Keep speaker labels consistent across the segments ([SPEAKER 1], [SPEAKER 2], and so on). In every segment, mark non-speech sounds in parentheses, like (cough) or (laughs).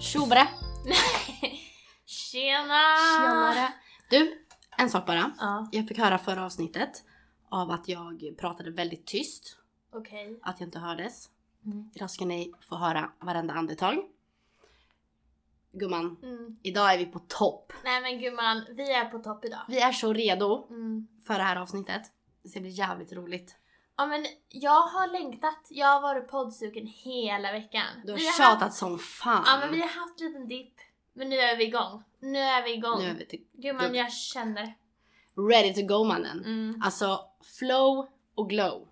[SPEAKER 1] Tjobre!
[SPEAKER 2] Tjena!
[SPEAKER 1] Tjenare! Du, en sak bara.
[SPEAKER 2] Ja,
[SPEAKER 1] Jag fick höra förra avsnittet av att jag pratade väldigt tyst,
[SPEAKER 2] okej.
[SPEAKER 1] att jag inte hördes.
[SPEAKER 2] Mm.
[SPEAKER 1] Idag ska ni få höra varenda andetag. Gumman, idag är vi på topp.
[SPEAKER 2] Mm. Nej men gumman, vi är på topp idag.
[SPEAKER 1] Vi är så redo
[SPEAKER 2] Mm.
[SPEAKER 1] för det här avsnittet. Det ska bli jävligt roligt.
[SPEAKER 2] Ja men jag har längtat. Jag har varit poddsugen hela veckan.
[SPEAKER 1] Du har
[SPEAKER 2] Vi haft-
[SPEAKER 1] tjatat som fan.
[SPEAKER 2] Ja men vi har haft en liten dipp. Men nu är vi igång. Nu är vi igång.
[SPEAKER 1] Nu är vi till-
[SPEAKER 2] Gumman
[SPEAKER 1] du-
[SPEAKER 2] jag känner.
[SPEAKER 1] ready to go mannen.
[SPEAKER 2] Mm.
[SPEAKER 1] Alltså flow och
[SPEAKER 2] (laughs)
[SPEAKER 1] glow.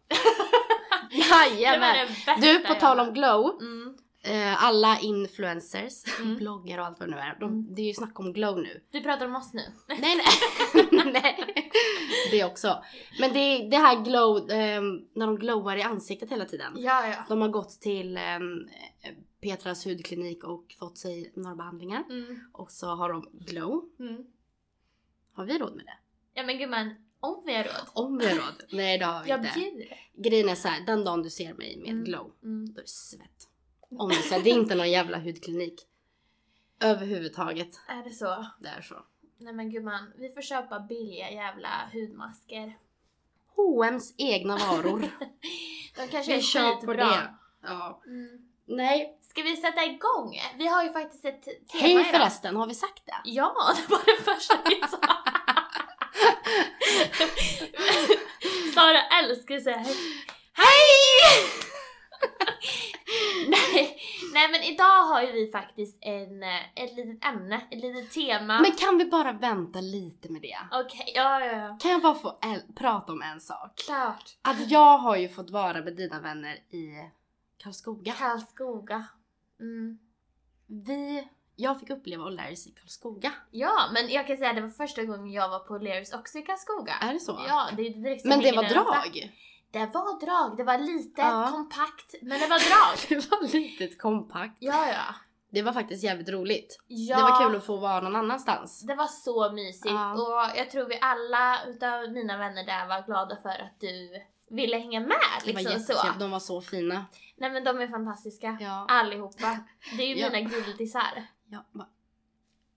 [SPEAKER 2] Det var
[SPEAKER 1] Jajamän!
[SPEAKER 2] det bästa
[SPEAKER 1] Du på
[SPEAKER 2] jag
[SPEAKER 1] tal
[SPEAKER 2] hört.
[SPEAKER 1] om glow.
[SPEAKER 2] Mm.
[SPEAKER 1] Eh, alla influencers,
[SPEAKER 2] Mm.
[SPEAKER 1] bloggar och allt vad det nu är. De,
[SPEAKER 2] Mm.
[SPEAKER 1] Det är ju snack om glow (laughs) nu.
[SPEAKER 2] Du pratar om oss nu.
[SPEAKER 1] Nej, nej. (laughs) nej. Det också. Men det, är det här glow, ehm, när de glowar i ansiktet hela tiden.
[SPEAKER 2] Ja ja.
[SPEAKER 1] De har gått till ehm, Petras hudklinik och fått sig några behandlingar.
[SPEAKER 2] Mm.
[SPEAKER 1] Och så har de glow.
[SPEAKER 2] Mm.
[SPEAKER 1] Har vi råd med det?
[SPEAKER 2] Ja men gumman, om vi har råd.
[SPEAKER 1] Om vi har råd. Nej det har vi
[SPEAKER 2] Jag
[SPEAKER 1] inte.
[SPEAKER 2] bjuder.
[SPEAKER 1] Grejen är så här, den dagen du ser mig med
[SPEAKER 2] Mm.
[SPEAKER 1] glow,
[SPEAKER 2] Mm.
[SPEAKER 1] då är det svett. Om det, är så här, det är inte någon jävla hudklinik. Överhuvudtaget.
[SPEAKER 2] Är det så?
[SPEAKER 1] Det är så.
[SPEAKER 2] Nej men gumman, vi får köpa billiga jävla hudmasker.
[SPEAKER 1] H&M's egna varor.
[SPEAKER 2] De kanske
[SPEAKER 1] Vi
[SPEAKER 2] är
[SPEAKER 1] kör på det.
[SPEAKER 2] skitbra.
[SPEAKER 1] (laughs) Ja.
[SPEAKER 2] Mm.
[SPEAKER 1] Nej.
[SPEAKER 2] Ska vi sätta igång? Vi har ju faktiskt ett te- tema
[SPEAKER 1] Hej
[SPEAKER 2] idag.
[SPEAKER 1] förresten, har vi sagt det?
[SPEAKER 2] Ja, (laughs) det var det första vi sa. (laughs) Sara älskar att säga hej. Hej!
[SPEAKER 1] (laughs)
[SPEAKER 2] nej, nej men idag har ju vi faktiskt en, eh, ett litet ämne, ett litet tema.
[SPEAKER 1] Men kan vi bara vänta lite med det?
[SPEAKER 2] Okej, ja ja ja.
[SPEAKER 1] Kan jag bara få el- prata om en sak?
[SPEAKER 2] Klart.
[SPEAKER 1] Att jag har ju fått vara med dina vänner i Karlskoga.
[SPEAKER 2] Karlskoga. Mm.
[SPEAKER 1] Vi, jag fick uppleva O'Larrys i Karlskoga.
[SPEAKER 2] Ja, men jag kan säga att det var första gången jag var på Lears också i Karlskoga.
[SPEAKER 1] Är det så?
[SPEAKER 2] Ja, det är ju direkt som
[SPEAKER 1] Men det
[SPEAKER 2] hänger
[SPEAKER 1] var
[SPEAKER 2] nära.
[SPEAKER 1] drag. (laughs)
[SPEAKER 2] Det var drag, det var litet,
[SPEAKER 1] Ja.
[SPEAKER 2] kompakt, men det var drag.
[SPEAKER 1] Det (laughs) var litet kompakt.
[SPEAKER 2] Ja, ja.
[SPEAKER 1] Det var faktiskt jävligt roligt.
[SPEAKER 2] ja
[SPEAKER 1] Det var kul att få vara någon annanstans.
[SPEAKER 2] Det var så mysigt
[SPEAKER 1] Ja.
[SPEAKER 2] och jag tror vi alla utav mina vänner där var glada för att du ville hänga med.
[SPEAKER 1] Det var
[SPEAKER 2] Liksom så.
[SPEAKER 1] jättekul, de var så fina.
[SPEAKER 2] Nej men de är fantastiska.
[SPEAKER 1] Ja.
[SPEAKER 2] Allihopa. Det är ju
[SPEAKER 1] Ja.
[SPEAKER 2] mina guldisar.
[SPEAKER 1] Ja, va-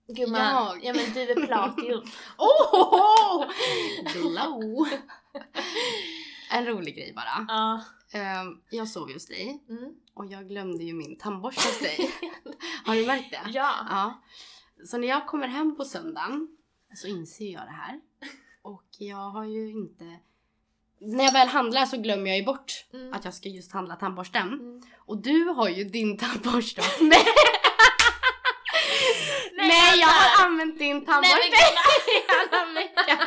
[SPEAKER 2] Gumman, (laughs)
[SPEAKER 1] Jag.
[SPEAKER 2] ja men du är platinum.
[SPEAKER 1] Ohoho! Glow! (laughs) En rolig grej bara.
[SPEAKER 2] ja.
[SPEAKER 1] Ehm, Jag sov just dig
[SPEAKER 2] Mm.
[SPEAKER 1] och jag glömde ju min tandborste hos dig. Har du märkt det?
[SPEAKER 2] Ja.
[SPEAKER 1] Ja. Så när jag kommer hem på söndagen så inser jag det här. Och jag har ju inte... När jag väl handlar så glömmer jag ju bort
[SPEAKER 2] Mm.
[SPEAKER 1] att jag ska just handla tandborsten.
[SPEAKER 2] Mm.
[SPEAKER 1] Och du har ju din tandborste hos mig. Nej jag har använt din
[SPEAKER 2] Nej
[SPEAKER 1] tandborste
[SPEAKER 2] men gumman!
[SPEAKER 1] hela veckan.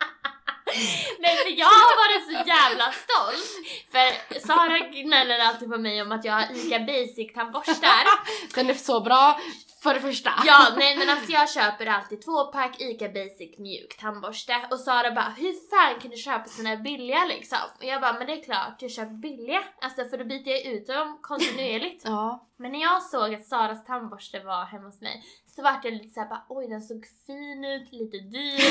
[SPEAKER 2] (laughs) Nej för jag har varit så jävla stolt! För Sara gnäller alltid på mig om att jag har ICA Basic tandborstar.
[SPEAKER 1] (laughs) Den är så bra för det första.
[SPEAKER 2] Ja nej men alltså jag köper alltid tvåpack ICA Basic mjuk tandborste och Sara bara hur fan kan du köpa såna här billiga liksom? Och jag bara men det är klart jag köper billiga, alltså för då byter jag ut dem kontinuerligt.
[SPEAKER 1] Ja.
[SPEAKER 2] Men när jag såg att Saras tandborste var hemma hos mig så vart jag lite såhär bara oj den såg fin ut, lite dyr,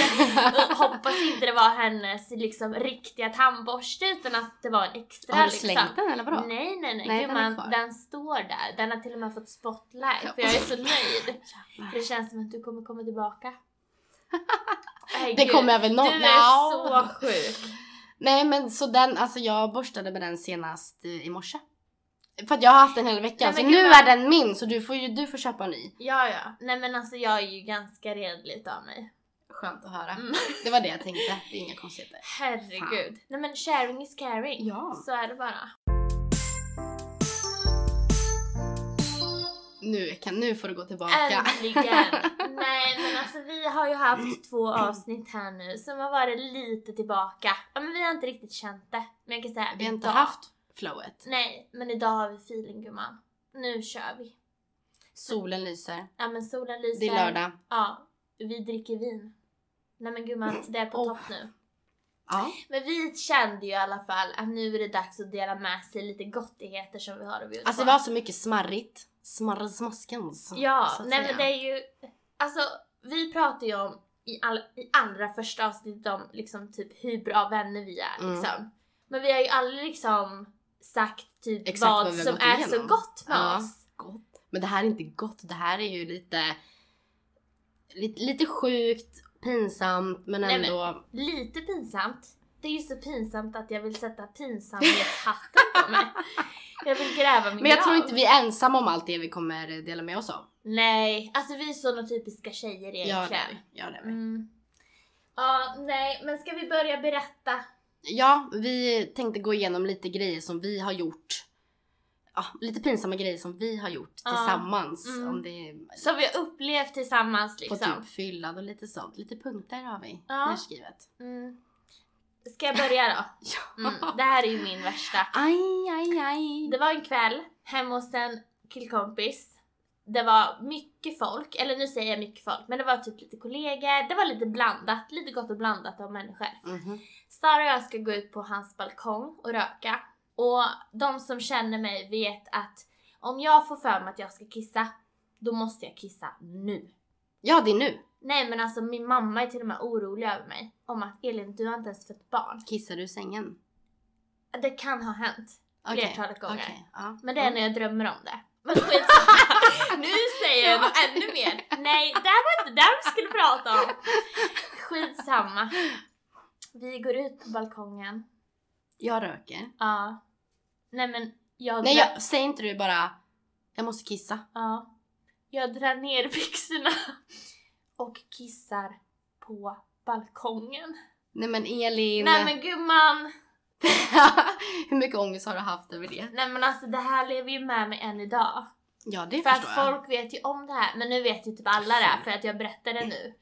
[SPEAKER 1] (laughs)
[SPEAKER 2] och hoppas inte det var hennes liksom riktiga tandborste utan att det var en extra
[SPEAKER 1] Har du
[SPEAKER 2] liksom.
[SPEAKER 1] slängt den eller vadå?
[SPEAKER 2] Nej nej nej,
[SPEAKER 1] Nej, den är
[SPEAKER 2] gumman,
[SPEAKER 1] kvar.
[SPEAKER 2] den, står där. Den har till och med fått spotlight för jag är så nöjd.
[SPEAKER 1] Jävlar.
[SPEAKER 2] För det känns som att du kommer komma
[SPEAKER 1] (laughs)
[SPEAKER 2] tillbaka. Herregud,
[SPEAKER 1] Det kommer jag väl nå-
[SPEAKER 2] Du är
[SPEAKER 1] Nja.
[SPEAKER 2] så sjuk.
[SPEAKER 1] Nej men så den, alltså jag borstade med den senast eh, i morse. För att jag har haft den hela veckan
[SPEAKER 2] Nej,
[SPEAKER 1] så
[SPEAKER 2] men
[SPEAKER 1] nu
[SPEAKER 2] gud,
[SPEAKER 1] är
[SPEAKER 2] vad-
[SPEAKER 1] den min så du får ju du får köpa en ny.
[SPEAKER 2] Ja ja, nej men alltså jag är ju ganska redlig utav mig.
[SPEAKER 1] Skönt att höra.
[SPEAKER 2] Mm. (laughs)
[SPEAKER 1] Det var det jag tänkte, det är inga konstigheter.
[SPEAKER 2] Herregud. Nej men sharing is caring.
[SPEAKER 1] Ja.
[SPEAKER 2] Så är det bara.
[SPEAKER 1] Nu, kan, nu får du gå tillbaka. (laughs)
[SPEAKER 2] Äntligen! Nej men alltså vi har ju haft två avsnitt här nu som har varit lite tillbaka. Ja men vi har inte riktigt känt det. Men jag kan säga
[SPEAKER 1] Vi har inte
[SPEAKER 2] idag-
[SPEAKER 1] haft flowet.
[SPEAKER 2] Nej, men idag har vi feeling gumman. Nu kör vi.
[SPEAKER 1] Solen lyser,
[SPEAKER 2] Ja men solen lyser.
[SPEAKER 1] det är lördag.
[SPEAKER 2] Ja, vi dricker vin. Nej men gumman, det är på
[SPEAKER 1] Oh.
[SPEAKER 2] topp nu.
[SPEAKER 1] Ja.
[SPEAKER 2] Men vi kände ju i alla fall att nu är det dags att dela med sig lite gottigheter som vi har att bjuda
[SPEAKER 1] Alltså
[SPEAKER 2] på.
[SPEAKER 1] det var så mycket smarrigt. Smarrsmaskens.
[SPEAKER 2] Ja,
[SPEAKER 1] så att
[SPEAKER 2] nej
[SPEAKER 1] säga.
[SPEAKER 2] men det är ju... Alltså vi pratar ju om i, all, i allra första avsnittet om liksom typ hur bra vänner vi är
[SPEAKER 1] Mm.
[SPEAKER 2] liksom. Men vi har ju aldrig liksom sagt typ
[SPEAKER 1] Exakt
[SPEAKER 2] vad,
[SPEAKER 1] vad vi har
[SPEAKER 2] som
[SPEAKER 1] gått
[SPEAKER 2] är så
[SPEAKER 1] igenom.
[SPEAKER 2] gott med
[SPEAKER 1] Ja.
[SPEAKER 2] oss.
[SPEAKER 1] Gott. Men det här är inte gott, det här är ju lite, lite, lite sjukt, pinsamt men
[SPEAKER 2] Nej, men-
[SPEAKER 1] ändå.
[SPEAKER 2] Lite pinsamt. Det är ju så pinsamt att jag vill sätta pinsamhetshatten på
[SPEAKER 1] (laughs)
[SPEAKER 2] mig. Jag vill gräva min
[SPEAKER 1] Men jag
[SPEAKER 2] grav.
[SPEAKER 1] tror inte vi är ensamma om allt det vi kommer dela med oss av.
[SPEAKER 2] Nej, alltså vi är såna typiska tjejer
[SPEAKER 1] Gör det,
[SPEAKER 2] egentligen.
[SPEAKER 1] vi, gör det. vi.
[SPEAKER 2] Mm. Ja, nej, men ska vi börja berätta?
[SPEAKER 1] Ja, vi tänkte gå igenom lite grejer som vi har gjort. Ja, lite pinsamma grejer som vi har gjort
[SPEAKER 2] Ja.
[SPEAKER 1] tillsammans.
[SPEAKER 2] Mm.
[SPEAKER 1] Om det är
[SPEAKER 2] Som vi har upplevt tillsammans
[SPEAKER 1] på
[SPEAKER 2] liksom.
[SPEAKER 1] typ fyllan och lite sånt. Lite punkter har vi
[SPEAKER 2] Ja.
[SPEAKER 1] nerskrivet.
[SPEAKER 2] Mm. Ska jag börja då?
[SPEAKER 1] Ja.
[SPEAKER 2] Mm. Det här är ju min värsta.
[SPEAKER 1] Aj, aj, aj.
[SPEAKER 2] Det var en kväll hemma hos en killkompis. Det var mycket folk, eller nu säger jag mycket folk, men det var typ lite kollegor, det var lite blandat, lite gott och blandat av människor.
[SPEAKER 1] Mhm.
[SPEAKER 2] Sara och jag ska gå ut på hans balkong och röka. Och de som känner mig vet att om jag får för mig att jag ska kissa, då måste jag kissa nu.
[SPEAKER 1] Ja, det är nu.
[SPEAKER 2] Nej men alltså min mamma är till och med orolig över mig. Om att Elin, du har inte ens fött barn.
[SPEAKER 1] Kissar du i sängen?
[SPEAKER 2] Det kan ha hänt.
[SPEAKER 1] Okej,
[SPEAKER 2] Flertalet gånger.
[SPEAKER 1] okej, ja.
[SPEAKER 2] Men det är
[SPEAKER 1] Mm.
[SPEAKER 2] när jag drömmer om det. Men skitsamma. nu säger
[SPEAKER 1] (laughs)
[SPEAKER 2] jag något ännu mer. Nej, det här var inte det vi skulle prata om. Skitsamma. Vi går ut på balkongen.
[SPEAKER 1] Jag röker.
[SPEAKER 2] Ja. Nej men jag...
[SPEAKER 1] Nej,
[SPEAKER 2] drar-
[SPEAKER 1] jag, säg inte du bara jag måste kissa.
[SPEAKER 2] Ja. Jag drar ner byxorna (laughs) och kissar på balkongen.
[SPEAKER 1] Nej men Elin.
[SPEAKER 2] Nej men gumman!
[SPEAKER 1] (laughs) Hur mycket ångest har du haft över det?
[SPEAKER 2] Nej men alltså det här lever ju med mig än idag.
[SPEAKER 1] Ja, det
[SPEAKER 2] För att
[SPEAKER 1] förstår jag.
[SPEAKER 2] folk vet ju om det här, men nu vet ju typ alla det här för att jag berättar det nu.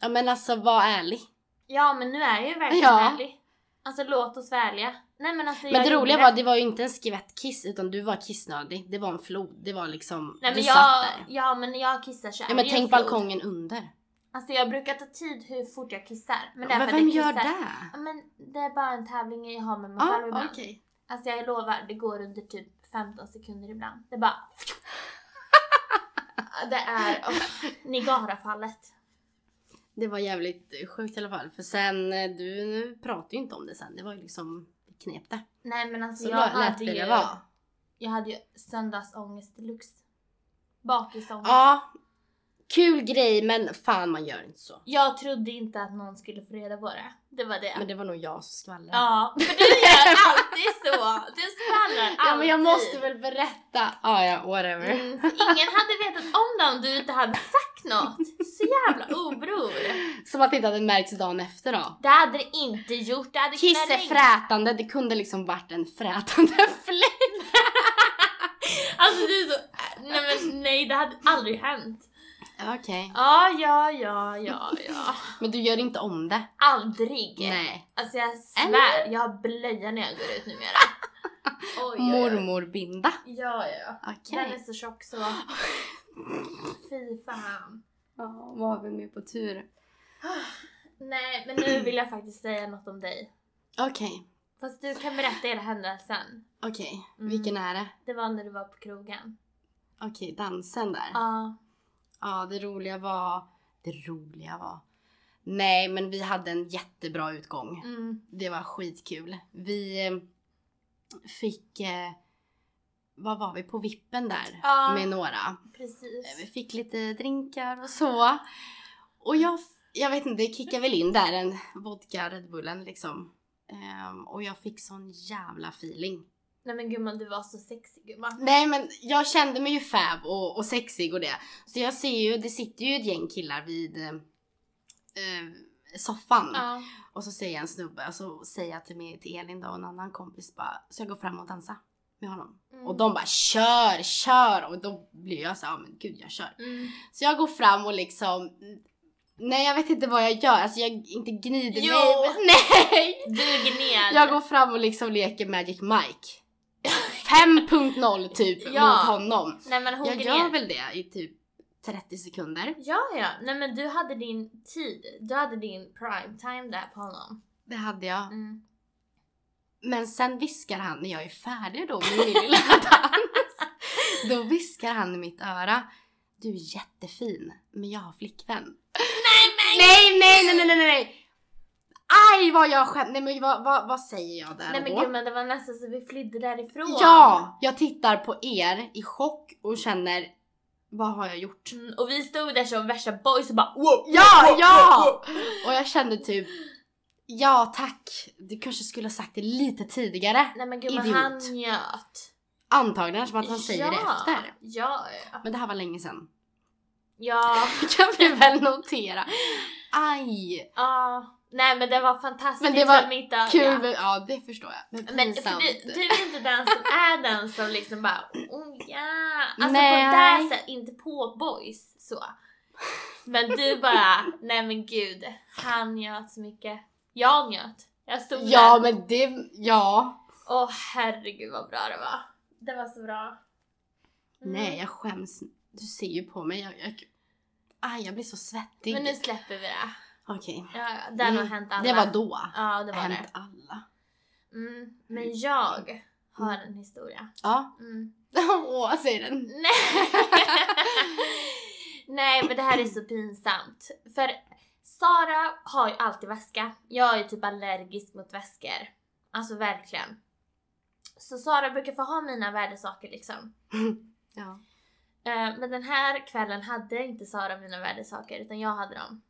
[SPEAKER 1] Ja, men alltså var ärlig.
[SPEAKER 2] Ja men nu är jag ju verkligen
[SPEAKER 1] Ja.
[SPEAKER 2] ärlig. Alltså låt oss vara ärliga. Nej men alltså
[SPEAKER 1] Men
[SPEAKER 2] jag
[SPEAKER 1] det
[SPEAKER 2] gjorde
[SPEAKER 1] roliga var, det var ju inte en skvättkiss utan du var kissnödig. Det var en flod. Det var liksom,
[SPEAKER 2] Nej
[SPEAKER 1] du
[SPEAKER 2] men jag,
[SPEAKER 1] satt där.
[SPEAKER 2] ja men när jag kissar så
[SPEAKER 1] Ja
[SPEAKER 2] är
[SPEAKER 1] men
[SPEAKER 2] det ju
[SPEAKER 1] tänk
[SPEAKER 2] flod.
[SPEAKER 1] balkongen under.
[SPEAKER 2] Alltså jag brukar ta tid hur fort jag kissar. Men
[SPEAKER 1] Men,
[SPEAKER 2] det är för att
[SPEAKER 1] vem
[SPEAKER 2] jag
[SPEAKER 1] gör
[SPEAKER 2] kissar-
[SPEAKER 1] det?
[SPEAKER 2] Ja, Men det är bara en tävling jag har med mig
[SPEAKER 1] Ja,
[SPEAKER 2] själv
[SPEAKER 1] okej.
[SPEAKER 2] ibland. Alltså jag lovar, det går under typ 15 sekunder ibland. Det är
[SPEAKER 1] (laughs)
[SPEAKER 2] bara... det är oh, Nigarafallet.
[SPEAKER 1] Det var jävligt sjukt i alla fall. För sen, eh, du nu pratar ju inte om det sen. Det var ju liksom, vi knep det.
[SPEAKER 2] Nej men alltså
[SPEAKER 1] Så
[SPEAKER 2] jag
[SPEAKER 1] lät
[SPEAKER 2] hade
[SPEAKER 1] vi
[SPEAKER 2] ju...
[SPEAKER 1] det vara.
[SPEAKER 2] Jag hade ju söndagsångest deluxe. Bakisångest.
[SPEAKER 1] Ja. Kul grej men fan man gör inte så.
[SPEAKER 2] Jag trodde inte att någon skulle få reda på det. Det var det.
[SPEAKER 1] Men det var nog jag som skvallrade.
[SPEAKER 2] Ja, för du gör alltid så. Du skvallrar alltid.
[SPEAKER 1] Ja, men jag måste väl berätta. Ja, ja, whatever.
[SPEAKER 2] Mm, för ingen hade vetat om det om du inte hade sagt något. Så jävla obror.
[SPEAKER 1] Som att det inte hade märkts dagen efter då.
[SPEAKER 2] Det hade det inte gjort. Det hade kunnat regna.
[SPEAKER 1] Kissefrätande, det kunde liksom varit en frätande (laughs) fläck.
[SPEAKER 2] Alltså du är så... Nej men nej, det hade aldrig hänt.
[SPEAKER 1] Okej.
[SPEAKER 2] Ja, ja, ja, ja, ja.
[SPEAKER 1] Men du gör inte om det?
[SPEAKER 2] Aldrig.
[SPEAKER 1] Nej.
[SPEAKER 2] Alltså jag svär, jag har blöja när jag går ut
[SPEAKER 1] (laughs)
[SPEAKER 2] numera. Oj, oj, oj.
[SPEAKER 1] Mormorbinda.
[SPEAKER 2] Ja, ja, ja.
[SPEAKER 1] Okej.
[SPEAKER 2] Den är så tjock
[SPEAKER 1] (laughs)
[SPEAKER 2] så... Fy fan.
[SPEAKER 1] Ja, vad har vi med på tur?
[SPEAKER 2] Nej, men nu vill jag faktiskt säga något om dig.
[SPEAKER 1] Okej,
[SPEAKER 2] Fast du kan berätta hela händelsen.
[SPEAKER 1] okej.
[SPEAKER 2] Mm.
[SPEAKER 1] Vilken är det?
[SPEAKER 2] Det var när du var på krogen.
[SPEAKER 1] Okej, dansen där.
[SPEAKER 2] Ja.
[SPEAKER 1] Ja, det roliga var... Det roliga var... Nej, men vi hade en jättebra utgång.
[SPEAKER 2] Mm.
[SPEAKER 1] Det var skitkul. Vi eh, fick... Eh, vad var vi? På vippen där
[SPEAKER 2] Ja.
[SPEAKER 1] med några. Eh, Vi
[SPEAKER 2] Precis.
[SPEAKER 1] fick lite drinkar och så. Och jag, jag vet inte, det kickade väl in där en vodka Red Bullen liksom. Ehm, och jag fick sån jävla feeling.
[SPEAKER 2] Nej men gumman, du var så sexig gumman.
[SPEAKER 1] Nej men jag kände mig ju fab och, och sexig och det. Så jag ser ju, det sitter ju ett gäng killar vid eh, eh, soffan.
[SPEAKER 2] Ja.
[SPEAKER 1] Och så säger jag en snubbe och så säger jag till, mig, till Elin då och en annan kompis bara, så jag går fram och dansa med honom.
[SPEAKER 2] Mm.
[SPEAKER 1] Och de bara kör, kör! Och då blir jag så här, ja men gud jag kör.
[SPEAKER 2] Mm.
[SPEAKER 1] Så jag går fram och liksom, nej jag vet inte vad jag gör, alltså jag inte gnider
[SPEAKER 2] Jo.
[SPEAKER 1] mig. men- (laughs) Nej!
[SPEAKER 2] Du gned.
[SPEAKER 1] (laughs) Jag går fram och liksom leker Magic Mike. 5.0
[SPEAKER 2] (laughs)
[SPEAKER 1] typ
[SPEAKER 2] Ja.
[SPEAKER 1] mot honom.
[SPEAKER 2] Nej men hon
[SPEAKER 1] Jag
[SPEAKER 2] gned.
[SPEAKER 1] gör väl det i typ 30 sekunder.
[SPEAKER 2] Ja, ja. Nej men du hade din tid. Du hade din prime time där på honom.
[SPEAKER 1] Det hade jag.
[SPEAKER 2] Mm.
[SPEAKER 1] Men sen viskar han, när jag är färdig då med min lilla (laughs) dans, då viskar han i mitt öra. Du är jättefin, men jag har flickvän. Nej, nej, nej, nej, nej, nej, nej! Aj vad jag skämt, nej men vad, vad, vad säger jag där
[SPEAKER 2] Nej
[SPEAKER 1] och
[SPEAKER 2] men
[SPEAKER 1] då?
[SPEAKER 2] gumman, det var nästan så vi flydde därifrån.
[SPEAKER 1] Ja! Jag tittar på er i chock och känner Vad har jag gjort?
[SPEAKER 2] Mm, och vi stod där som värsta boys och bara wow,
[SPEAKER 1] Ja,
[SPEAKER 2] wow,
[SPEAKER 1] ja!
[SPEAKER 2] wow, wow.
[SPEAKER 1] Och jag kände typ, ja tack, du kanske skulle ha sagt det lite tidigare.
[SPEAKER 2] Nej men gud vad
[SPEAKER 1] Idiot.
[SPEAKER 2] han njöt.
[SPEAKER 1] Antagligen som att han säger det efter.
[SPEAKER 2] Ja, ja.
[SPEAKER 1] Men det här var länge sedan. (laughs)
[SPEAKER 2] ja.
[SPEAKER 1] kan vi väl notera. Aj!
[SPEAKER 2] ja. Nej men det var fantastiskt
[SPEAKER 1] Men det var
[SPEAKER 2] att middag.
[SPEAKER 1] Kul,
[SPEAKER 2] ja.
[SPEAKER 1] men- ja det förstår jag. Men
[SPEAKER 2] Men för
[SPEAKER 1] pinsamt.
[SPEAKER 2] du, du är inte den som är den som liksom bara oh ja. Alltså
[SPEAKER 1] Nej.
[SPEAKER 2] på det sättet, inte på boys så. Men du bara, nej men gud. Han njöt så mycket. Jag njöt. Jag stod
[SPEAKER 1] Ja
[SPEAKER 2] där.
[SPEAKER 1] men det, ja.
[SPEAKER 2] Åh herregud vad bra det var. Det var så bra. Mm.
[SPEAKER 1] Nej jag skäms. Du ser ju på mig. Jag, jag, aj jag blir så svettig.
[SPEAKER 2] Men nu släpper vi det.
[SPEAKER 1] Okej.
[SPEAKER 2] Ja, ja, det har nog
[SPEAKER 1] Mm,
[SPEAKER 2] hänt alla.
[SPEAKER 1] Det var då.
[SPEAKER 2] Ja, det
[SPEAKER 1] Det
[SPEAKER 2] var
[SPEAKER 1] hänt
[SPEAKER 2] det.
[SPEAKER 1] alla.
[SPEAKER 2] Mm. Men jag har en historia.
[SPEAKER 1] Ja.
[SPEAKER 2] Mm.
[SPEAKER 1] (laughs) Åh, säger den.
[SPEAKER 2] Nej. (laughs) Nej, men det här är så pinsamt. För Sara har ju alltid väska. Jag är typ allergisk mot väskor. Alltså verkligen. Så Sara brukar få ha mina värdesaker liksom.
[SPEAKER 1] Ja.
[SPEAKER 2] Eh, Men den här kvällen hade inte Sara mina värdesaker utan jag hade dem.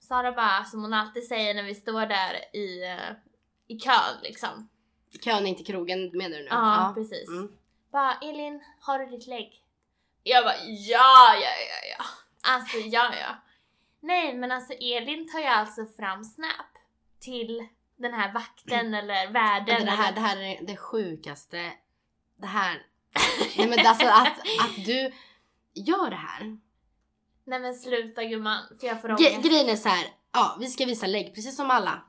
[SPEAKER 2] Sara bara, som hon alltid säger när vi står där i, eh, i kön liksom.
[SPEAKER 1] Kön in till krogen menar du nu?
[SPEAKER 2] Ja, precis.
[SPEAKER 1] Mm.
[SPEAKER 2] Bara Elin, har du ditt lägg? Jag bara ja, ja, ja, ja. Alltså ja, ja. Nej men alltså Elin tar ju alltså fram Snap till den här vakten eller värden.
[SPEAKER 1] det, här, det
[SPEAKER 2] eller-
[SPEAKER 1] här är det sjukaste.
[SPEAKER 2] (laughs)
[SPEAKER 1] Det här. Nej men alltså att, att du gör det här.
[SPEAKER 2] Nej men sluta gumman, för jag får
[SPEAKER 1] Ge,
[SPEAKER 2] ångest.
[SPEAKER 1] grejen är så här. ja vi ska visa lägg precis som alla.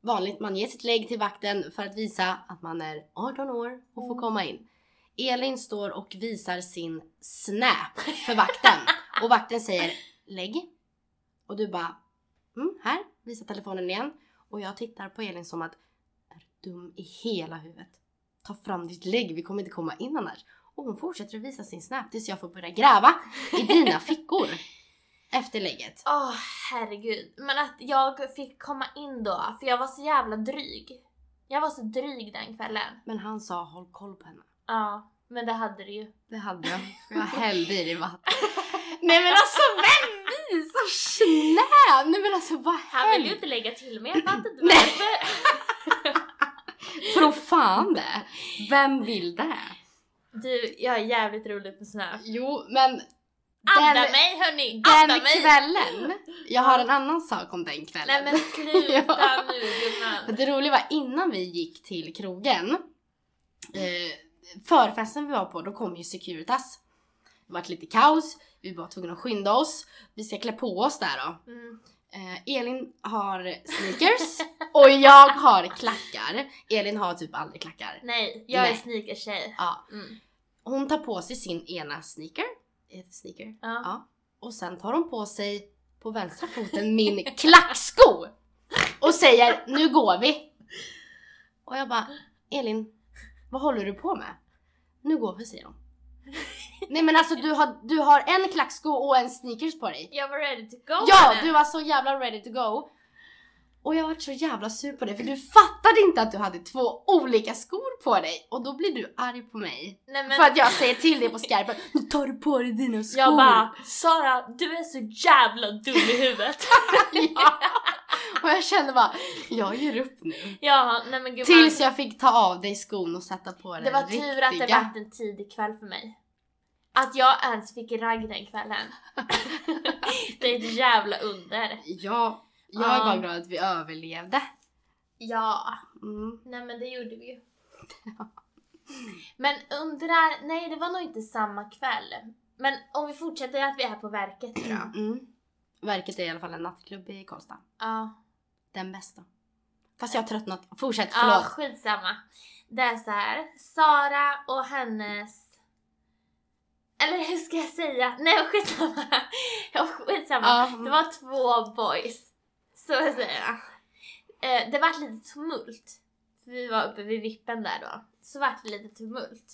[SPEAKER 1] Vanligt, man ger sitt lägg till vakten för att visa att man är 18 år och får
[SPEAKER 2] Mm.
[SPEAKER 1] komma in. Elin står och visar sin snap
[SPEAKER 2] (laughs)
[SPEAKER 1] för vakten och vakten säger lägg. Och du bara, mm, här, visa telefonen igen. Och jag tittar på Elin som att, är du dum i hela huvudet? Ta fram ditt lägg, vi kommer inte komma in annars. Och hon fortsätter att visa sin snap tills jag får börja gräva
[SPEAKER 2] (laughs)
[SPEAKER 1] i dina fickor efter lägget.
[SPEAKER 2] Åh herregud. Men att jag fick komma in då, för jag var så jävla dryg. Jag var så dryg den kvällen.
[SPEAKER 1] Men han sa håll koll på henne.
[SPEAKER 2] Ja, men det hade du (laughs) ju.
[SPEAKER 1] Det hade jag. Jag hällde i det vatten. (laughs) Nej men alltså vem visar snäv? Nej men alltså vad
[SPEAKER 2] Han ville ju
[SPEAKER 1] helvete?
[SPEAKER 2] inte lägga till mig, jag fattar inte
[SPEAKER 1] Nej.
[SPEAKER 2] varför.
[SPEAKER 1] Tro fan det. Vem vill det?
[SPEAKER 2] Du, jag är jävligt rolig på Snap.
[SPEAKER 1] Jo men
[SPEAKER 2] Adda
[SPEAKER 1] den,
[SPEAKER 2] mig hörni! Adda
[SPEAKER 1] den
[SPEAKER 2] mig!
[SPEAKER 1] kvällen. Jag har en annan sak om den
[SPEAKER 2] Nej
[SPEAKER 1] kvällen. (laughs)
[SPEAKER 2] men sluta
[SPEAKER 1] Ja.
[SPEAKER 2] nu gumman.
[SPEAKER 1] Det roliga var innan vi gick till krogen, eh, förfesten vi var på, då kom ju Securitas. Det var lite kaos, vi var tvungna att skynda oss. Vi ska klä på oss där då.
[SPEAKER 2] Mm.
[SPEAKER 1] Eh, Elin har sneakers och jag har klackar. Elin har typ aldrig klackar.
[SPEAKER 2] Nej, jag är
[SPEAKER 1] Nej.
[SPEAKER 2] sneakertjej.
[SPEAKER 1] Ja.
[SPEAKER 2] Mm.
[SPEAKER 1] Hon tar på sig sin ena sneaker, heter sneaker,
[SPEAKER 2] Ja. (laughs)
[SPEAKER 1] Ja. och sen tar hon på sig på vänstra foten min klacksko! Och säger nu går vi! Och jag bara Elin, vad håller du på med? Nu går vi säger hon. Nej men alltså du har, du har en klacksko och en sneakers på dig.
[SPEAKER 2] Jag var ready to go
[SPEAKER 1] Ja,
[SPEAKER 2] hörni.
[SPEAKER 1] du var så jävla ready to go. Och jag var så jävla sur på dig för du fattade inte att du hade två olika skor på dig och då blir du arg på mig.
[SPEAKER 2] Nej, men
[SPEAKER 1] För att jag säger till dig på skarpen, nu tar du på dig dina
[SPEAKER 2] (laughs)
[SPEAKER 1] skor.
[SPEAKER 2] jag bara Sara du är så jävla dum i huvudet.
[SPEAKER 1] (laughs) Ja. Och jag kände bara, jag ger upp nu.
[SPEAKER 2] (laughs) ja, nej men gumman.
[SPEAKER 1] Tills jag fick ta av dig skon och sätta på dig
[SPEAKER 2] Det var tur att det var en tidig kväll för mig. Att jag ens fick ragg den
[SPEAKER 1] (laughs)
[SPEAKER 2] kvällen. (laughs) det är ett jävla under.
[SPEAKER 1] Ja, jag
[SPEAKER 2] Ja.
[SPEAKER 1] är bara glad att vi överlevde.
[SPEAKER 2] Ja.
[SPEAKER 1] Mm.
[SPEAKER 2] Nej men det gjorde vi ju. Men undrar, nej det var nog inte samma kväll. Men om vi fortsätter att vi är här på verket nu då.
[SPEAKER 1] Mm. Verket är i alla fall en nattklubb i Karlstad.
[SPEAKER 2] Ja,
[SPEAKER 1] Den bästa. Fast jag har tröttnat. Fortsätt,
[SPEAKER 2] ja
[SPEAKER 1] förlåt.
[SPEAKER 2] skitsamma. Det är så här. Sara och hennes... Eller hur ska jag säga? Nej skitsamma. (laughs) Ja, skitsamma.
[SPEAKER 1] Ja.
[SPEAKER 2] Det var två boys. Så jag säger jag. Eh, det vart lite tumult. För vi var uppe vid vippen där då. Så vart det lite tumult.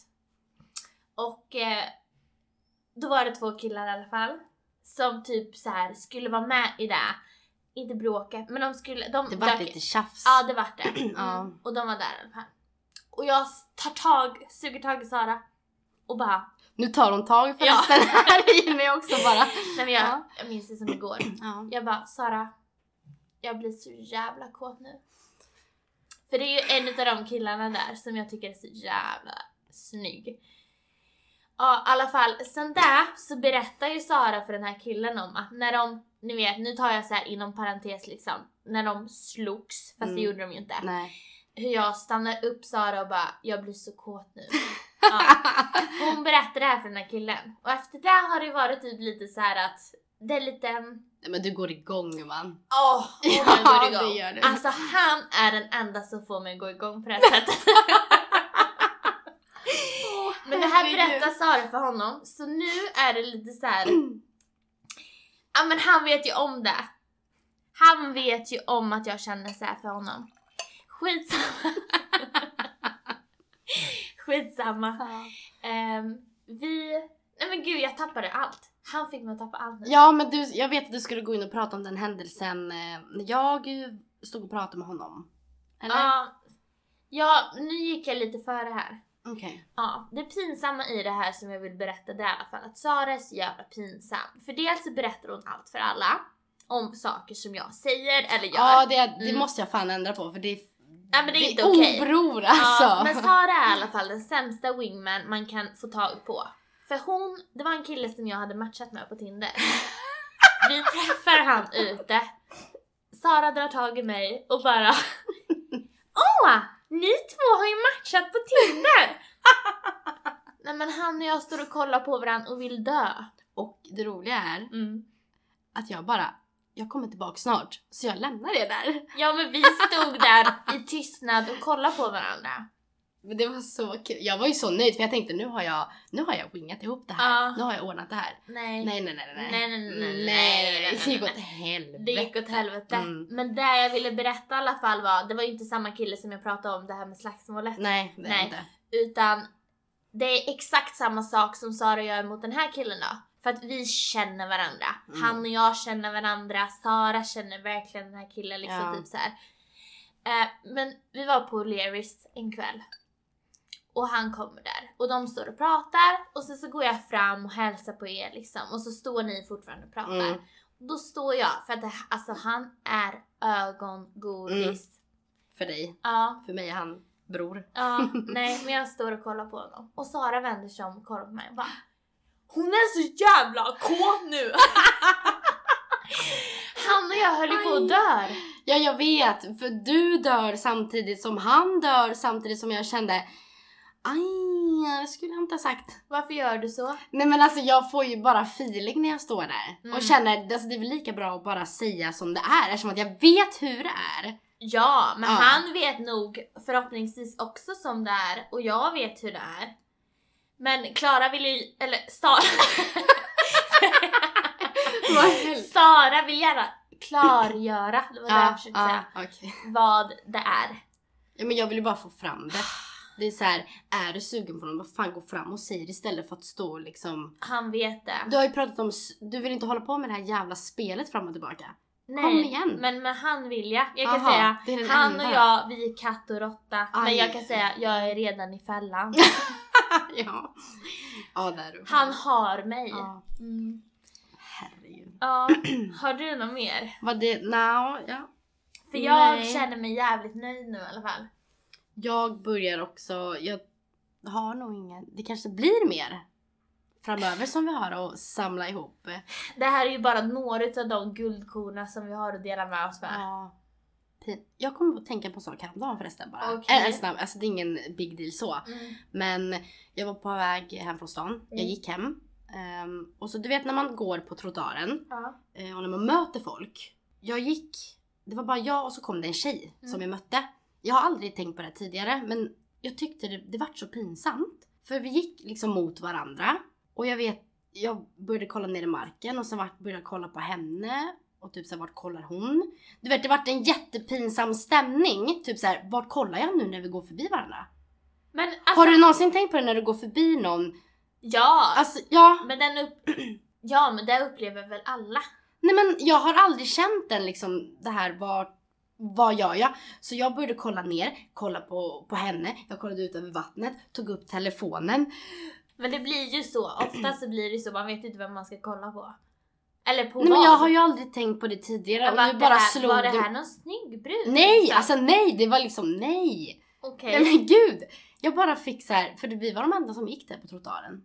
[SPEAKER 2] Och eh, då var det två killar i alla fall. Som typ så här skulle vara med i det. Inte bråket, men de skulle... De
[SPEAKER 1] Det var
[SPEAKER 2] dök-
[SPEAKER 1] lite tjafs.
[SPEAKER 2] Ja, det vart det.
[SPEAKER 1] (clears throat) Ja.
[SPEAKER 2] Mm. Och de var där i alla fall. Och jag tar tag, suger tag i Sara. Och bara
[SPEAKER 1] Nu tar hon tag förresten här i mig också bara.
[SPEAKER 2] Nej, men jag,
[SPEAKER 1] Ja.
[SPEAKER 2] jag minns det som igår.
[SPEAKER 1] Ja.
[SPEAKER 2] Jag bara, Sara, jag blir så jävla kåt nu. För det är ju en av de killarna där som jag tycker är så jävla snygg. Ja, i alla fall, sen där så berättar ju Sara för den här killen om att när de, ni vet, nu tar jag så här inom parentes liksom, när de slogs, fast det
[SPEAKER 1] Mm.
[SPEAKER 2] gjorde de ju inte.
[SPEAKER 1] Nej.
[SPEAKER 2] Hur jag stannar upp Sara och bara, jag blir så kåt nu. Ja. Hon berättar det här för den här killen. Och efter det har det varit typ lite så här att det är lite...
[SPEAKER 1] (laughs) Nej, men du går igång man.
[SPEAKER 2] Åh!
[SPEAKER 1] (laughs)
[SPEAKER 2] Oh,
[SPEAKER 1] Ja,
[SPEAKER 2] ja,
[SPEAKER 1] det gör du.
[SPEAKER 2] Alltså han är den enda som får mig att gå igång på det här sättet. (laughs) Men det här berättar Sara för honom. Så nu är det lite så här. (clears throat) Ja men han vet ju om det. Han vet ju om att jag känner så här för honom. Skitsamma. (laughs) Skitsamma. Ehm, vi... Nej men gud jag tappade allt. Han fick mig att tappa allt nu.
[SPEAKER 1] Ja men du, jag vet att du skulle gå in och prata om den händelsen eh, när jag eh, stod och pratade med honom. Eller?
[SPEAKER 2] Ja, ja, nu gick jag lite före här.
[SPEAKER 1] Okej.
[SPEAKER 2] Ja, det pinsamma i det här som jag vill berätta det är i alla fall att Sara är så jävla pinsam. För dels så berättar hon allt för alla om saker som jag säger eller gör.
[SPEAKER 1] Ja det, det
[SPEAKER 2] Mm.
[SPEAKER 1] måste jag fan ändra på för det är,
[SPEAKER 2] Nej, men det är inte okej.
[SPEAKER 1] obror alltså.
[SPEAKER 2] Ja, men Sara är i alla fall den sämsta wingman man kan få tag på. För hon, det var en kille som jag hade matchat med på Tinder. Vi träffar han ute. Sara drar tag i mig och bara Åh! Ni två har ju matchat på Tinder! Nej men han och jag står och kollar på varandra och vill dö.
[SPEAKER 1] Och det roliga är
[SPEAKER 2] Mm.
[SPEAKER 1] att jag bara, jag kommer tillbaka snart så jag lämnar det där.
[SPEAKER 2] Ja men vi stod där i tystnad och kollade på varandra.
[SPEAKER 1] Men det var så kul. Jag var ju så nöjd för jag tänkte nu har jag, nu har jag wingat ihop det här.
[SPEAKER 2] Ja.
[SPEAKER 1] Nu har jag ordnat det här.
[SPEAKER 2] Nej.
[SPEAKER 1] Nej nej nej nej.
[SPEAKER 2] Nej, nej, nej, nej, nej, nej,
[SPEAKER 1] nej. Det gick
[SPEAKER 2] nej.
[SPEAKER 1] åt helvete.
[SPEAKER 2] Det gick åt helvete.
[SPEAKER 1] Mm.
[SPEAKER 2] Men det jag ville berätta i alla fall var, det var ju inte samma kille som jag pratade om det här med slagsmålet.
[SPEAKER 1] Nej det är
[SPEAKER 2] Nej.
[SPEAKER 1] inte.
[SPEAKER 2] Utan det är exakt samma sak som Sara gör mot den här killen då. För att vi känner varandra.
[SPEAKER 1] Mm.
[SPEAKER 2] Han och jag känner varandra, Sara känner verkligen den här killen liksom
[SPEAKER 1] Ja.
[SPEAKER 2] typ så här. Eh, men vi var på O'Learys en kväll. Och han kommer där och de står och pratar och sen så går jag fram och hälsar på er liksom och så står ni fortfarande och pratar.
[SPEAKER 1] Mm.
[SPEAKER 2] Då står jag för att det, alltså han är ögongodis.
[SPEAKER 1] För dig.
[SPEAKER 2] Ja,
[SPEAKER 1] För mig är han bror.
[SPEAKER 2] (laughs) ja, nej men jag står och kollar på honom och Sara vänder sig om och kollar på mig och bara Hon är så jävla kåt nu! (laughs) han och jag höll ju på att dö.
[SPEAKER 1] Ja jag vet, för du dör samtidigt som han dör samtidigt som jag kände Aj, det skulle jag inte ha sagt.
[SPEAKER 2] Varför gör du så?
[SPEAKER 1] Nej men alltså jag får ju bara feeling när jag står där.
[SPEAKER 2] Mm.
[SPEAKER 1] Och känner, alltså det är väl lika bra att bara säga som det är eftersom att jag vet hur det är.
[SPEAKER 2] Ja, men
[SPEAKER 1] Ja.
[SPEAKER 2] han vet nog förhoppningsvis också som det är och jag vet hur det är. Men Klara vill ju, eller (laughs) Sara... Sara vill gärna klargöra, det var det jag försökte säga,
[SPEAKER 1] okej.
[SPEAKER 2] vad det är.
[SPEAKER 1] Ja men jag vill ju bara få
[SPEAKER 2] (sighs)
[SPEAKER 1] fram det. Det är så här, är du sugen på någon, vad fan gå fram och säg det istället för att stå och liksom
[SPEAKER 2] Han vet det.
[SPEAKER 1] Du har ju pratat om, s- du vill inte hålla på med det här jävla spelet fram och
[SPEAKER 2] (laughs)
[SPEAKER 1] tillbaka.
[SPEAKER 2] Nej,
[SPEAKER 1] Kom igen.
[SPEAKER 2] Men med han vill jag. Jag kan
[SPEAKER 1] Aha, det är
[SPEAKER 2] säga,
[SPEAKER 1] den
[SPEAKER 2] han
[SPEAKER 1] enda.
[SPEAKER 2] och jag, vi är katt och råtta. Men
[SPEAKER 1] Aj.
[SPEAKER 2] jag kan säga, jag är redan i
[SPEAKER 1] (laughs)
[SPEAKER 2] fällan.
[SPEAKER 1] ja. Ja där är du.
[SPEAKER 2] Han har mig.
[SPEAKER 1] Ja. Mm.
[SPEAKER 2] Mm.
[SPEAKER 1] Herregud.
[SPEAKER 2] Ja,
[SPEAKER 1] (clears throat)
[SPEAKER 2] har du något mer?
[SPEAKER 1] Var det, no, ja.
[SPEAKER 2] För jag
[SPEAKER 1] Nej.
[SPEAKER 2] känner mig jävligt nöjd nu i alla fall.
[SPEAKER 1] Jag börjar också, jag har nog ingen, det kanske blir mer framöver som vi har att samla ihop.
[SPEAKER 2] Det här är ju bara några av de guldkorna som vi har att dela med oss med.
[SPEAKER 1] Ja. Pin- Jag kommer att tänka på en sak häromdagen förresten bara.
[SPEAKER 2] Okej.
[SPEAKER 1] En, en snabb, alltså det är ingen big deal så.
[SPEAKER 2] Mm.
[SPEAKER 1] Men jag var på väg hem från stan, jag
[SPEAKER 2] Mm.
[SPEAKER 1] gick hem. Ehm, och så du vet när man går på trottoaren
[SPEAKER 2] Ja.
[SPEAKER 1] eh, och när man möter folk. Jag gick, det var bara jag och så kom det en tjej
[SPEAKER 2] Mm.
[SPEAKER 1] som jag mötte. Jag har aldrig tänkt på det här tidigare men jag tyckte det, det vart så pinsamt. För vi gick liksom mot varandra och jag vet, jag började kolla ner i marken och sen vart- började jag kolla på henne och typ såhär vart kollar hon? Du vet det vart en jättepinsam stämning. Typ såhär vart kollar jag nu när vi går förbi varandra?
[SPEAKER 2] Men alltså,
[SPEAKER 1] Har du någonsin tänkt på det när du går förbi någon?
[SPEAKER 2] ja,
[SPEAKER 1] Alltså ja,
[SPEAKER 2] men den upp... (clears throat) ja, men det upplever väl alla?
[SPEAKER 1] Nej men jag har aldrig känt den liksom det här var, vad gör jag? Så jag började kolla ner, kolla på, på henne, jag kollade ut över vattnet, tog upp telefonen.
[SPEAKER 2] Men det blir ju så, ofta så blir det så, man vet ju inte vem man ska kolla på. Eller på
[SPEAKER 1] Nej
[SPEAKER 2] vad.
[SPEAKER 1] men jag har ju aldrig tänkt på det tidigare
[SPEAKER 2] Jag
[SPEAKER 1] och
[SPEAKER 2] bara,
[SPEAKER 1] nu bara
[SPEAKER 2] det här,
[SPEAKER 1] slog
[SPEAKER 2] Var det
[SPEAKER 1] du-
[SPEAKER 2] här någon snygg brud?
[SPEAKER 1] Nej!
[SPEAKER 2] Liksom.
[SPEAKER 1] Alltså nej! Det var liksom nej!
[SPEAKER 2] Okej.
[SPEAKER 1] Nej men gud! Jag bara fick så här, för vi var de enda som gick där på
[SPEAKER 2] (laughs)
[SPEAKER 1] trottoaren.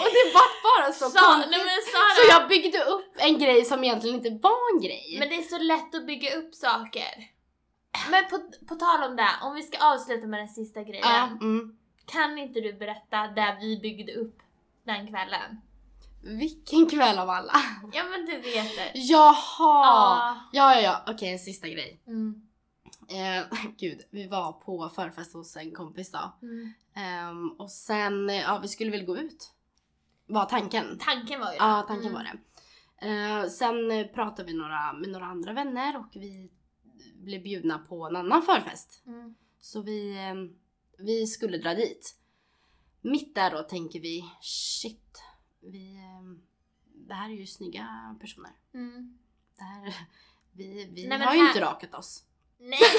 [SPEAKER 1] och det var bara så,
[SPEAKER 2] Sa-
[SPEAKER 1] konstigt.
[SPEAKER 2] nej men Sara,
[SPEAKER 1] Så jag byggde upp en grej som egentligen inte var en grej.
[SPEAKER 2] Men det är så lätt att bygga upp saker. Men på, på tal om det, om vi ska avsluta med den sista grejen.
[SPEAKER 1] ja, mm.
[SPEAKER 2] Kan inte du berätta där vi byggde upp den kvällen?
[SPEAKER 1] Vilken kväll av alla.
[SPEAKER 2] Ja men du vet det.
[SPEAKER 1] Jaha!
[SPEAKER 2] Ja.
[SPEAKER 1] Ja, ja, ja. Okej, en sista grej.
[SPEAKER 2] Mm.
[SPEAKER 1] Eh, (laughs) gud, vi var på förfest hos en kompis då.
[SPEAKER 2] Mm.
[SPEAKER 1] Ehm, och sen, eh, ja vi skulle väl gå ut. Var tanken.
[SPEAKER 2] Tanken var ju det.
[SPEAKER 1] Ja, tanken
[SPEAKER 2] Mm.
[SPEAKER 1] var det. Eh, sen eh, pratade vi några, med några andra vänner och vi blev bjudna på en annan förfest.
[SPEAKER 2] Mm.
[SPEAKER 1] Så vi, eh, vi skulle dra dit. Mitt där då tänker vi, shit, vi, eh, det här är ju snygga personer.
[SPEAKER 2] Mm.
[SPEAKER 1] Det här, (laughs) vi vi
[SPEAKER 2] Nej, men
[SPEAKER 1] har ju
[SPEAKER 2] här-
[SPEAKER 1] inte rakat oss.
[SPEAKER 2] Nej! (laughs)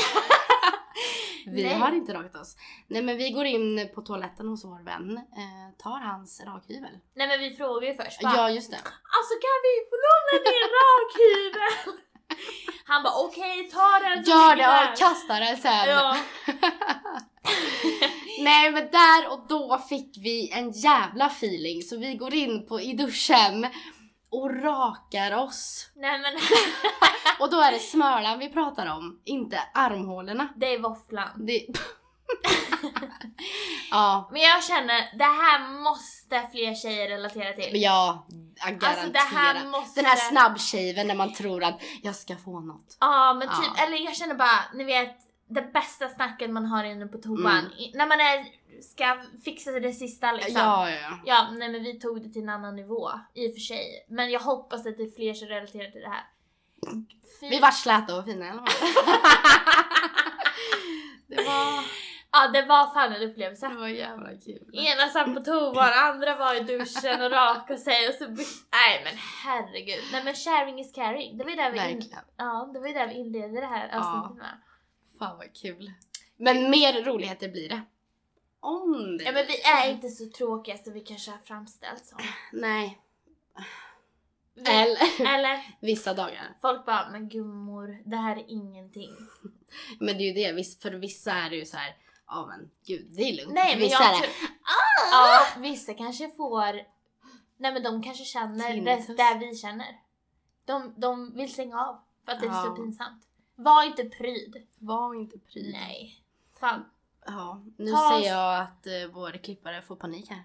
[SPEAKER 1] Vi
[SPEAKER 2] Nej.
[SPEAKER 1] har inte rakat oss. Nej men vi går in på toaletten hos vår vän, eh, tar hans rakhyvel.
[SPEAKER 2] Nej men vi frågade ju först bara,
[SPEAKER 1] Ja just det.
[SPEAKER 2] Alltså kan vi få låna din
[SPEAKER 1] (laughs)
[SPEAKER 2] rakhyvel? Han bara okej ta den som
[SPEAKER 1] Gör
[SPEAKER 2] ligger
[SPEAKER 1] det
[SPEAKER 2] där."
[SPEAKER 1] och kastar den sen.
[SPEAKER 2] Ja.
[SPEAKER 1] Nej men där och då fick vi en jävla feeling så vi går in på, i duschen och rakar oss.
[SPEAKER 2] Nej men (laughs)
[SPEAKER 1] Och då är det smörlan vi pratar om, inte armhålorna.
[SPEAKER 2] det är våfflan.
[SPEAKER 1] Det... (laughs) ja,
[SPEAKER 2] Men jag känner, det här måste fler tjejer relatera till.
[SPEAKER 1] ja, garanterat.
[SPEAKER 2] Alltså det här måste...
[SPEAKER 1] Den här snabbshaven när man tror att jag ska få något.
[SPEAKER 2] Ja men typ,
[SPEAKER 1] Ja.
[SPEAKER 2] eller jag känner bara, ni vet det bästa snacket man har inne på toan.
[SPEAKER 1] Mm.
[SPEAKER 2] I- När man är, ska fixa det sista liksom.
[SPEAKER 1] Ja, ja, ja.
[SPEAKER 2] Ja, nej men vi tog det till en annan nivå i och för sig. Men jag hoppas att det är fler som relaterar till det här. Fy-
[SPEAKER 1] Vi var släta och fina i alla fall. (laughs) det, var,
[SPEAKER 2] Ja det var fan en upplevelse.
[SPEAKER 1] det var jävla kul.
[SPEAKER 2] Ena satt på toan, andra var i duschen och rakade sig och så bytte... Nej men herregud. Nej men sharing is caring. Det var ju där vi, in...
[SPEAKER 1] Verkligen.
[SPEAKER 2] ja, det var ju där vi inledde det här avsnittet med.
[SPEAKER 1] Fan vad kul. Men mer roligheter blir det. Om det
[SPEAKER 2] Ja men vi är inte så tråkiga som vi kanske har framställts som.
[SPEAKER 1] Nej.
[SPEAKER 2] Vi...
[SPEAKER 1] Eller
[SPEAKER 2] Eller
[SPEAKER 1] vissa dagar.
[SPEAKER 2] folk bara, men gummor, det här är ingenting.
[SPEAKER 1] Men det är ju det, vis- för vissa är det ju så här. ja men gud det är lugnt.
[SPEAKER 2] Nej men
[SPEAKER 1] vissa
[SPEAKER 2] jag
[SPEAKER 1] är det, Ah!
[SPEAKER 2] tror... Ja, vissa kanske får... Nej men de kanske känner det
[SPEAKER 1] Tinnitus.
[SPEAKER 2] där vi känner. De, de vill slänga av för att det är
[SPEAKER 1] Ja.
[SPEAKER 2] så pinsamt. Var inte pryd.
[SPEAKER 1] var inte pryd.
[SPEAKER 2] Nej. Fan.
[SPEAKER 1] Ja, nu
[SPEAKER 2] Ta oss-
[SPEAKER 1] ser jag att eh, vår klippare får panik här.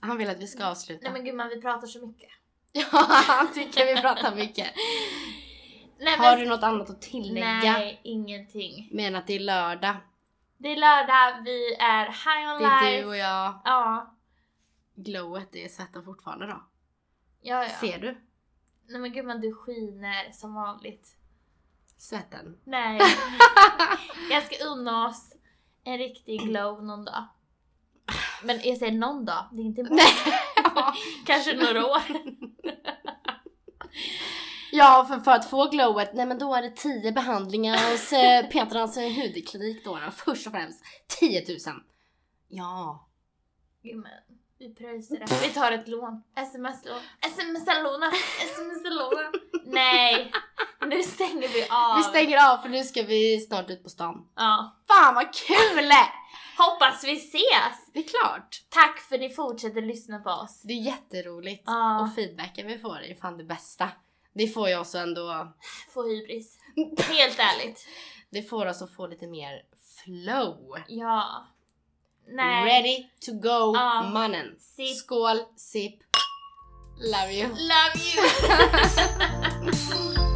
[SPEAKER 1] Han vill att vi ska avsluta.
[SPEAKER 2] Nej men gumman vi pratar så mycket.
[SPEAKER 1] (laughs) Ja, han tycker vi pratar mycket.
[SPEAKER 2] (laughs) Nej,
[SPEAKER 1] Har
[SPEAKER 2] men-
[SPEAKER 1] du något annat att tillägga?
[SPEAKER 2] Nej, ingenting.
[SPEAKER 1] Men att det är lördag.
[SPEAKER 2] Det är lördag, vi är high on
[SPEAKER 1] Det är
[SPEAKER 2] life.
[SPEAKER 1] du och jag.
[SPEAKER 2] Ja.
[SPEAKER 1] Glowet är svetten fortfarande då.
[SPEAKER 2] Ja, ja.
[SPEAKER 1] Ser du?
[SPEAKER 2] Nej men gumman du skiner som vanligt.
[SPEAKER 1] Svetten. (laughs)
[SPEAKER 2] Nej. jag ska unna oss en riktig glow någon dag. Men jag säger någon dag, det är inte imorgon. (laughs) Kanske några år.
[SPEAKER 1] ja, för, för att få glowet, nej men då är det 10 behandlingar hos eh, Petrans hudklinik då, då. Först och främst 10 000. Ja.
[SPEAKER 2] Gumman, vi pröjsar det. Vi tar ett lån. Sms-lån. Sms-låna. Sms-låna. Nej. Nu stänger vi av.
[SPEAKER 1] Vi stänger av för nu ska vi snart ut på stan.
[SPEAKER 2] Ja.
[SPEAKER 1] Fan vad kul!
[SPEAKER 2] Hoppas vi ses!
[SPEAKER 1] Det är klart.
[SPEAKER 2] Tack för att ni fortsätter lyssna på oss.
[SPEAKER 1] Det är jätteroligt.
[SPEAKER 2] Ja.
[SPEAKER 1] Och feedbacken vi får är fan det bästa. Det får ju oss ändå,
[SPEAKER 2] Få hybris. Helt ärligt.
[SPEAKER 1] det får oss att få lite mer flow.
[SPEAKER 2] Ja. Nej.
[SPEAKER 1] Ready to go
[SPEAKER 2] Ja.
[SPEAKER 1] mannen.
[SPEAKER 2] Sipp.
[SPEAKER 1] Skål, sipp. Love you.
[SPEAKER 2] Love you!